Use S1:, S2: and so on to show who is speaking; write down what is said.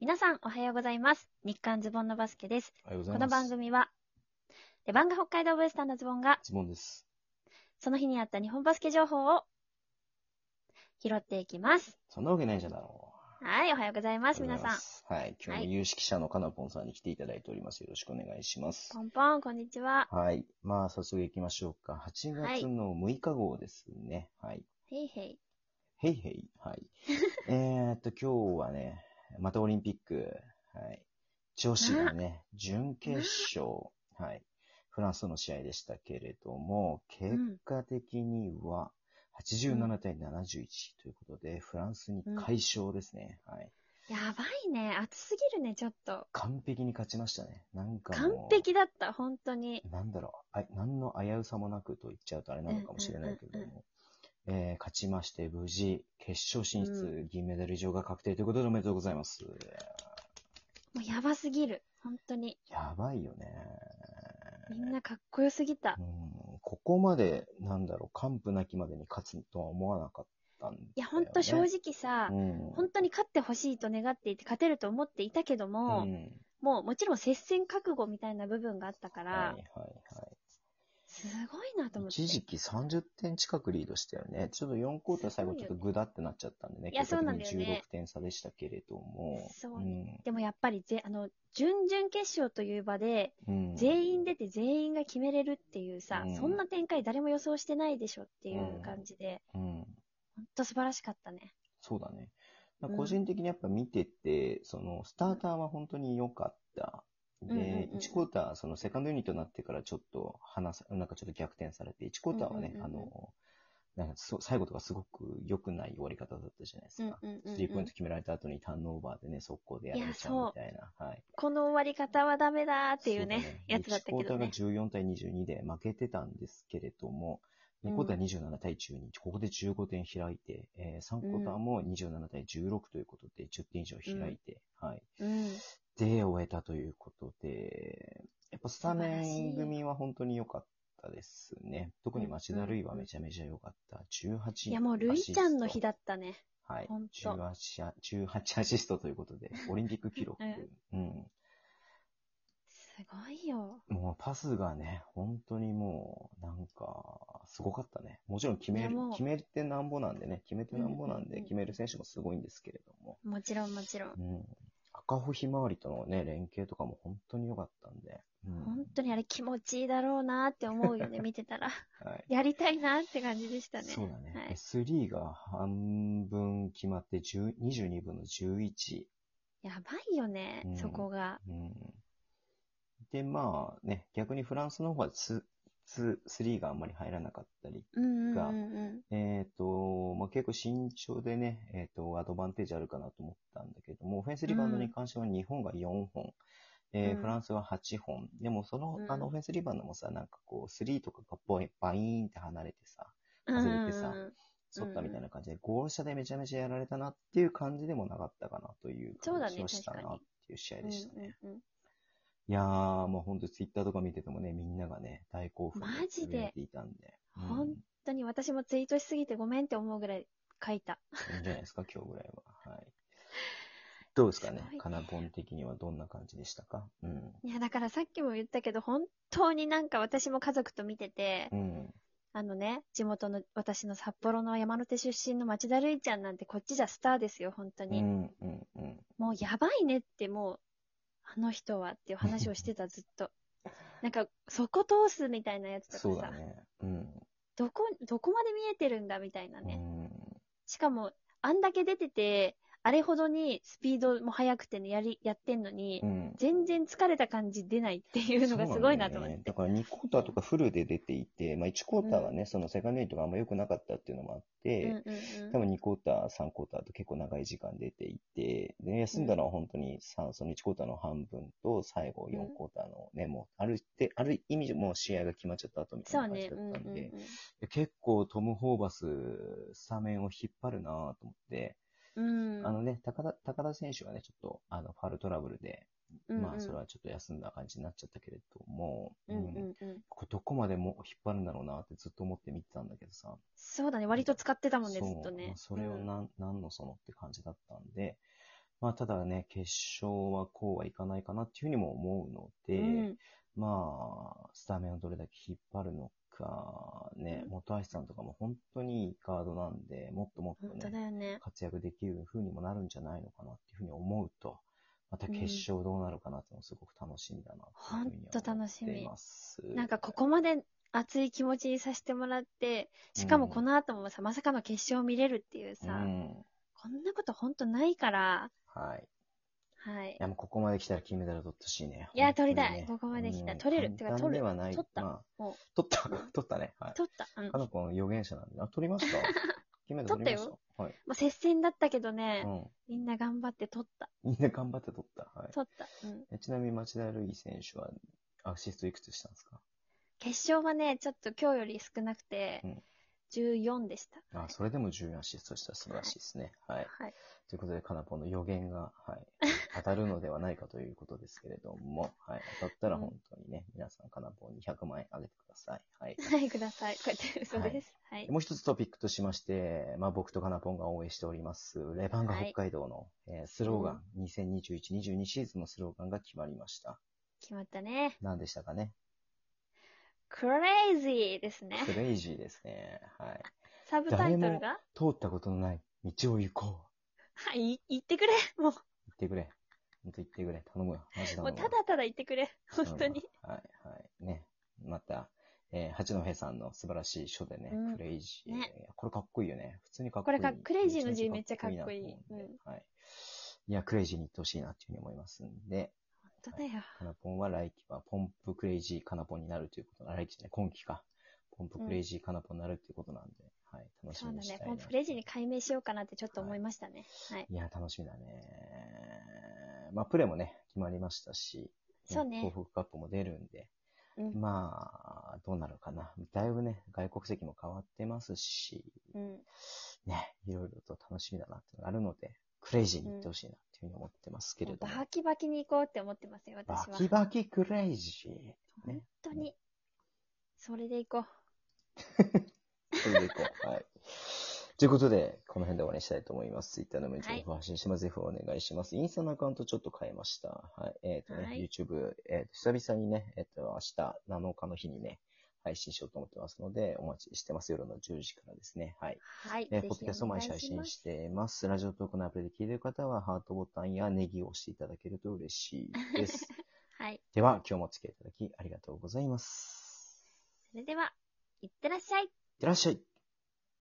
S1: 皆さんおはようございます。日刊ズボンのバスケです。
S2: おはようござ
S1: こ
S2: いま
S1: の番
S2: す。
S1: 組は、レバンガ北海道ブースターのズボンが、
S2: ズボンです。
S1: その日にあった日本バスケ情報を拾っていきます。
S2: そんなわけないじゃないの。
S1: はい、おはようございます、皆さん。
S2: ん。はい。今日も有識者のかなぽんさんに来ていただいております。よろしくお願いします。
S1: ポンポン、こんにちは。
S2: はい。まあ、早速行きましょうか。8
S1: はい
S2: 月の6日号ですね。はい。
S1: へいへい。
S2: へいへい。 はい。えーっと、今日はね、またオリンピック。はい。女子がね、準決勝。はい。フランスとの試合でしたけれども、結果的には87対71ということで、フランスに快勝ですね。はい。
S1: やばいね。暑すぎるね、ちょっと。
S2: 完璧に勝ちましたね。なんか
S1: 完
S2: もう
S1: 璧だった、本当に。
S2: なんだろう、あ何の危うさもなくと言っちゃうとあれなのかもしれないけれども、えー勝ちまして無事、決勝進出、
S1: う
S2: 銀メダル以上が確定ということでおめでとうございます。
S1: もうやばすぎる。本当に。
S2: やばいよね。
S1: みんなかっこよすぎた
S2: う。ん、ここまで、なんだろう、完膚なきまでに勝つとは思わなかったんだよ、ね。
S1: いや、ほんと正直さ、
S2: うん、
S1: 本当に勝ってほしいと願っていて、勝てると思っていたけども、
S2: うん
S1: もうもちろん接戦覚悟みたいな部分があったから、
S2: はいはいはい。
S1: すごいなと思って。
S2: 一時期30点近くリードしたよね。ちょっと4クォーター最後ちょっとグダってなっちゃったんでね。
S1: いや
S2: 結果的に
S1: そうなんだよね
S2: 16点差でしたけれども。
S1: そうねでもやっぱりぜ、あの、準々決勝という場で、
S2: うん、
S1: 全員出て全員が決めれるっていうさ、
S2: うん
S1: そんな展開誰も予想してないでしょっていう感じで、
S2: うん、うん。
S1: ほんと素晴らしかったね。
S2: そうだね。
S1: うん
S2: 個人的にやっぱ見てて、その、スターターは本当に良かった。で、
S1: うんうんうん
S2: 1クォーター、そのセカンドユニットになってからちょっと離さ、なんかちょっと逆転されて、1クォーターはね、
S1: うんうんうんうん
S2: あの、なんかそう最後とかすごく良くない終わり方だったじゃないです
S1: う
S2: か。
S1: んうんうん、
S2: スリーポ
S1: う
S2: イン
S1: ん
S2: ト。決められた後にターンオーバーでね、速攻でやられちゃうみたいな。はい。
S1: この終わり方はダメだーっていう
S2: そだ
S1: ね、やつだったけどね
S2: 1。クォーターが14対22で負けてたんですけれども、2クォーター27対12、ここで15点開いて、え3クォーターも27対16ということで、10点以上開いて、はい。
S1: うん。
S2: で、終えたということで、やっぱスタメン組は本当に良かったですね。特に町田瑠唯はめちゃめちゃ良かった。18
S1: いや、もう、ルイちゃんの日
S2: だ。
S1: だったね。
S2: はい
S1: ほん。と
S2: 18ア、18アシストということで、オリンピック記 録。うん
S1: すごいよ。
S2: もうパスがね、本当にもう、なんか、すごかったね。もちろん決め
S1: い
S2: る
S1: やもう、
S2: 決めてなんぼなんでね、決めてなんぼなん
S1: うんうんう
S2: で、
S1: ん
S2: 決める選手もすごいんですけれども。
S1: もちろん、もちろん
S2: う。ん。赤穂ひまわりとのね、連携とかも本当に良かったんで。うん。
S1: 本当にあれ気持ちいいだろうなって思うよ ね、見てたら。
S2: はい。
S1: やりたいなって感じでしたね。
S2: そうだね、
S1: はい
S2: S3 が半分決まって10 22分の11。
S1: やばいよね、
S2: うん
S1: そこが。
S2: うん。で、まあね、逆にフランスの方は2、2、3があんまり入らなかったり
S1: うんうんう
S2: が
S1: んうん。
S2: えっ、と、まあ、結構慎重でね、えっ、と、アドバンテージあるかなと思ったんだけども、オフェンスリバウンドに関しては日本が4本、えー
S1: うん
S2: フランスは8本。でも、その、
S1: うん
S2: あの、オフェンスリバウンドもさ、なんかこう、3とかがボイバイーンって離れてさ、
S1: うん
S2: 外
S1: うん
S2: れてさ
S1: うん
S2: そったみたいな感じで、ゴール下でめちゃめちゃやられたなっていう感じでもなかったかなという
S1: そうだ
S2: 感
S1: ね
S2: じをしたな
S1: 確
S2: っ
S1: かに
S2: ていう試合でしたね。
S1: うんうんうん
S2: いやー、もうほんとツイッターとか見ててもね、みんながね、大興奮
S1: マジで
S2: 震えていたんで。うん
S1: ほん本当に私もツイートしすぎてごめんって思うぐらい書いた。
S2: いいんじゃないですか、今日ぐらいは。はい。どうですかね
S1: すごいね
S2: かなぽん的にはどんな感じでしたかうん。
S1: いや、だからさっきも言ったけど、本当になんか私も家族と見てて
S2: う、ん。
S1: あのね、地元の私の札幌の山手出身の町田るいちゃんなんてこっちじゃスターですよ、本当
S2: う
S1: に。
S2: ん、うん、うん。
S1: もうやばいねってもう、あの人はっていう話をしてた、ずっと。なんか、そこ通すみたいなやつとかさ、
S2: そうだね。うん。
S1: どこ、どこまで見えてるんだみたいな
S2: う
S1: ね。
S2: ん。
S1: しかも、あんだけ出てて、あれほどにスピードも速くてね、やり、やってんのに、
S2: うん。
S1: 全然疲れた感じ出ないっていうのがすごいなと思っ
S2: そう
S1: て。
S2: んだよねだから2クォーターとかフルで出ていて、まあ1クォーターはね、そのセカンドユニットがあんま良くなかったっていうのもあって、
S1: うんうんうん
S2: 多分2クォーター、3クォーターと結構長い時間出ていて、で、休んだのは本当に3、その1クォーターの半分と最後4
S1: うん
S2: クォーターのね、もう、あるって、ある意味もう試合が決まっちゃった後みたい
S1: そう
S2: な感
S1: ね、
S2: じだ
S1: うんうん
S2: ったんで、
S1: うん。
S2: で結構トム・ホーバス、スタメンを引っ張るなぁと思って、
S1: うん、
S2: あのね、高田、高田選手はね、ちょっと、あの、ファールトラブルで、
S1: うんうん
S2: まあ、それはちょっと休んだ感じになっちゃったけれども、
S1: うんう
S2: うん
S1: んうん。
S2: これどこまでも引っ張るんだろうなってずっと思って見てたんだけどさ、
S1: そうだね、割と使ってたもんね、ずっと
S2: ま
S1: ね
S2: あ。それを
S1: うん
S2: なん、なんのそのって感じだったんで、まあ、ただね、決勝はこうはいかないかなっていうふうにも思うので、
S1: うん。
S2: まあ、スタメンをどれだけ引っ張るのか、ね、
S1: うん
S2: 本橋さんとかも本当にいいカードなんで、もっともっと
S1: 本当
S2: ね、
S1: だよね。
S2: 活躍できる風にもなるんじゃないのかなっていうふうに思うと、また決勝どうなるかなっていうのもすごく楽しみだなっていうふうには
S1: ほんと
S2: 思
S1: 楽
S2: っ
S1: しみ
S2: ています。
S1: なんかここまで熱い気持ちにさせてもらって、しかもこの後もさ、まさかの決勝を見れるっていうさ、
S2: うん、
S1: こんなこと本当ないから、
S2: はい。
S1: はい
S2: い。や、もうここまで来たら金メダル取ってほしいね。
S1: いや
S2: 本当にね
S1: 取りたいここまで来た
S2: うん
S1: 取れる
S2: 簡単
S1: てか取る
S2: ではない。
S1: 取った
S2: まあ
S1: もう
S2: 取った。取ったね。はい。
S1: 取った。うん。
S2: か
S1: ま
S2: の子の予言者なんで。あ、取り ました。金メダル取りました。
S1: 取
S2: はい。
S1: あ、接戦だったけどね、
S2: うん。
S1: みんな頑張って取った。
S2: みんな頑張って取った。はい。
S1: 取った。うん。
S2: えちなみに町田瑠唯選手はアシストいくつしたんですか
S1: 決勝はね、ちょっと今日より少なくて
S2: うん、
S1: 14でした。
S2: あ、それでも14アシストしたら素晴らしいですね。はい。
S1: はい。
S2: ということで、かなぽんの予言が、はい、当たるのではないかということですけれども、はい、当たったら本当にね、皆さんかなぽんに100万円あげてください。はい。
S1: はい、ください。こうやって嘘です。はい。
S2: もう一つトピックとしまして、まあ僕とかなぽんが応援しております、レバンガ
S1: はい
S2: 北海道の、えースローガン、2021-22シーズンのスローガンが決まりました。
S1: 決まったね。
S2: 何でしたかね
S1: クレイジーですね。
S2: クレイジーですね。はい。
S1: サブタイト
S2: 誰
S1: ル
S2: も
S1: が
S2: 通ったことのない道を行こう。
S1: はい、言ってくれ。も
S2: 行ってくれ。本当行ってくれ。頼むよ。マジ
S1: う、
S2: 頼
S1: も
S2: む
S1: う
S2: よ
S1: ただただ言ってくれ。本当に。
S2: うん。はい、はい。ね。また、えー八戸さんの素晴らしい書でね、
S1: うん
S2: クレイジー、
S1: ね
S2: これかっこいいよね。普通にかっこいい。
S1: これかクレイジーの字めっちゃ
S2: なと思うんで
S1: かっこいいうん
S2: はい。いや、クレイジーに行ってほしいなっていうふうに思いますんで、
S1: 本当だよ。
S2: カナポンは来期はポンプクレイジーカナポンになるということ、あ来期じゃない、今期か。ポンプクレイジーカナポンになるということなんで、はい。楽し
S1: そう
S2: み
S1: だ
S2: にしたい
S1: ね
S2: な。。
S1: もうクレイジーに解明しようかなってちょっと思いましたね。はい。
S2: いや、楽しみだね。まあ、プレーもね、決まりましたし、
S1: そう
S2: 東
S1: ね。
S2: 北カップも出るんで、
S1: うん。
S2: まあ、どうなるかな。だいぶね、外国籍も変わってますし、
S1: うん。
S2: ね、いろいろと楽しみだなっていうのがあるので、クレイジーに行ってほしいなっていうふうに思ってますけれ
S1: もう
S2: ども。
S1: バキバキに行こうって思ってますよ、
S2: バ
S1: 私は。本
S2: キバキクレイジー。ね。
S1: 当に。それで行こう。
S2: それでいこう。はい。ということで、この辺で終わりにしたいと思います。Twitter のメンチ
S1: はい
S2: 情報発信します。ぜひお願いします。インスタのアカウントちょっと変えました。はい。えっ、とね、
S1: はい
S2: YouTube、えーと、久々にね、えっ、と、明日7日の日にね、配信しようと思ってますので、お待ちしてます。夜の10時からですね。はい。
S1: はい。
S2: え
S1: ぜ
S2: ー
S1: ひ
S2: ポッドキャストを毎週配信しています。ラジオトークのアプリで聞いている方は、ハートボタンやネギを押していただけると嬉しいで す。
S1: お願いします。はい。
S2: では、今日もお付き合いいただきありがとうございます。
S1: それでは、いってらっしゃい。
S2: いってらっしゃい。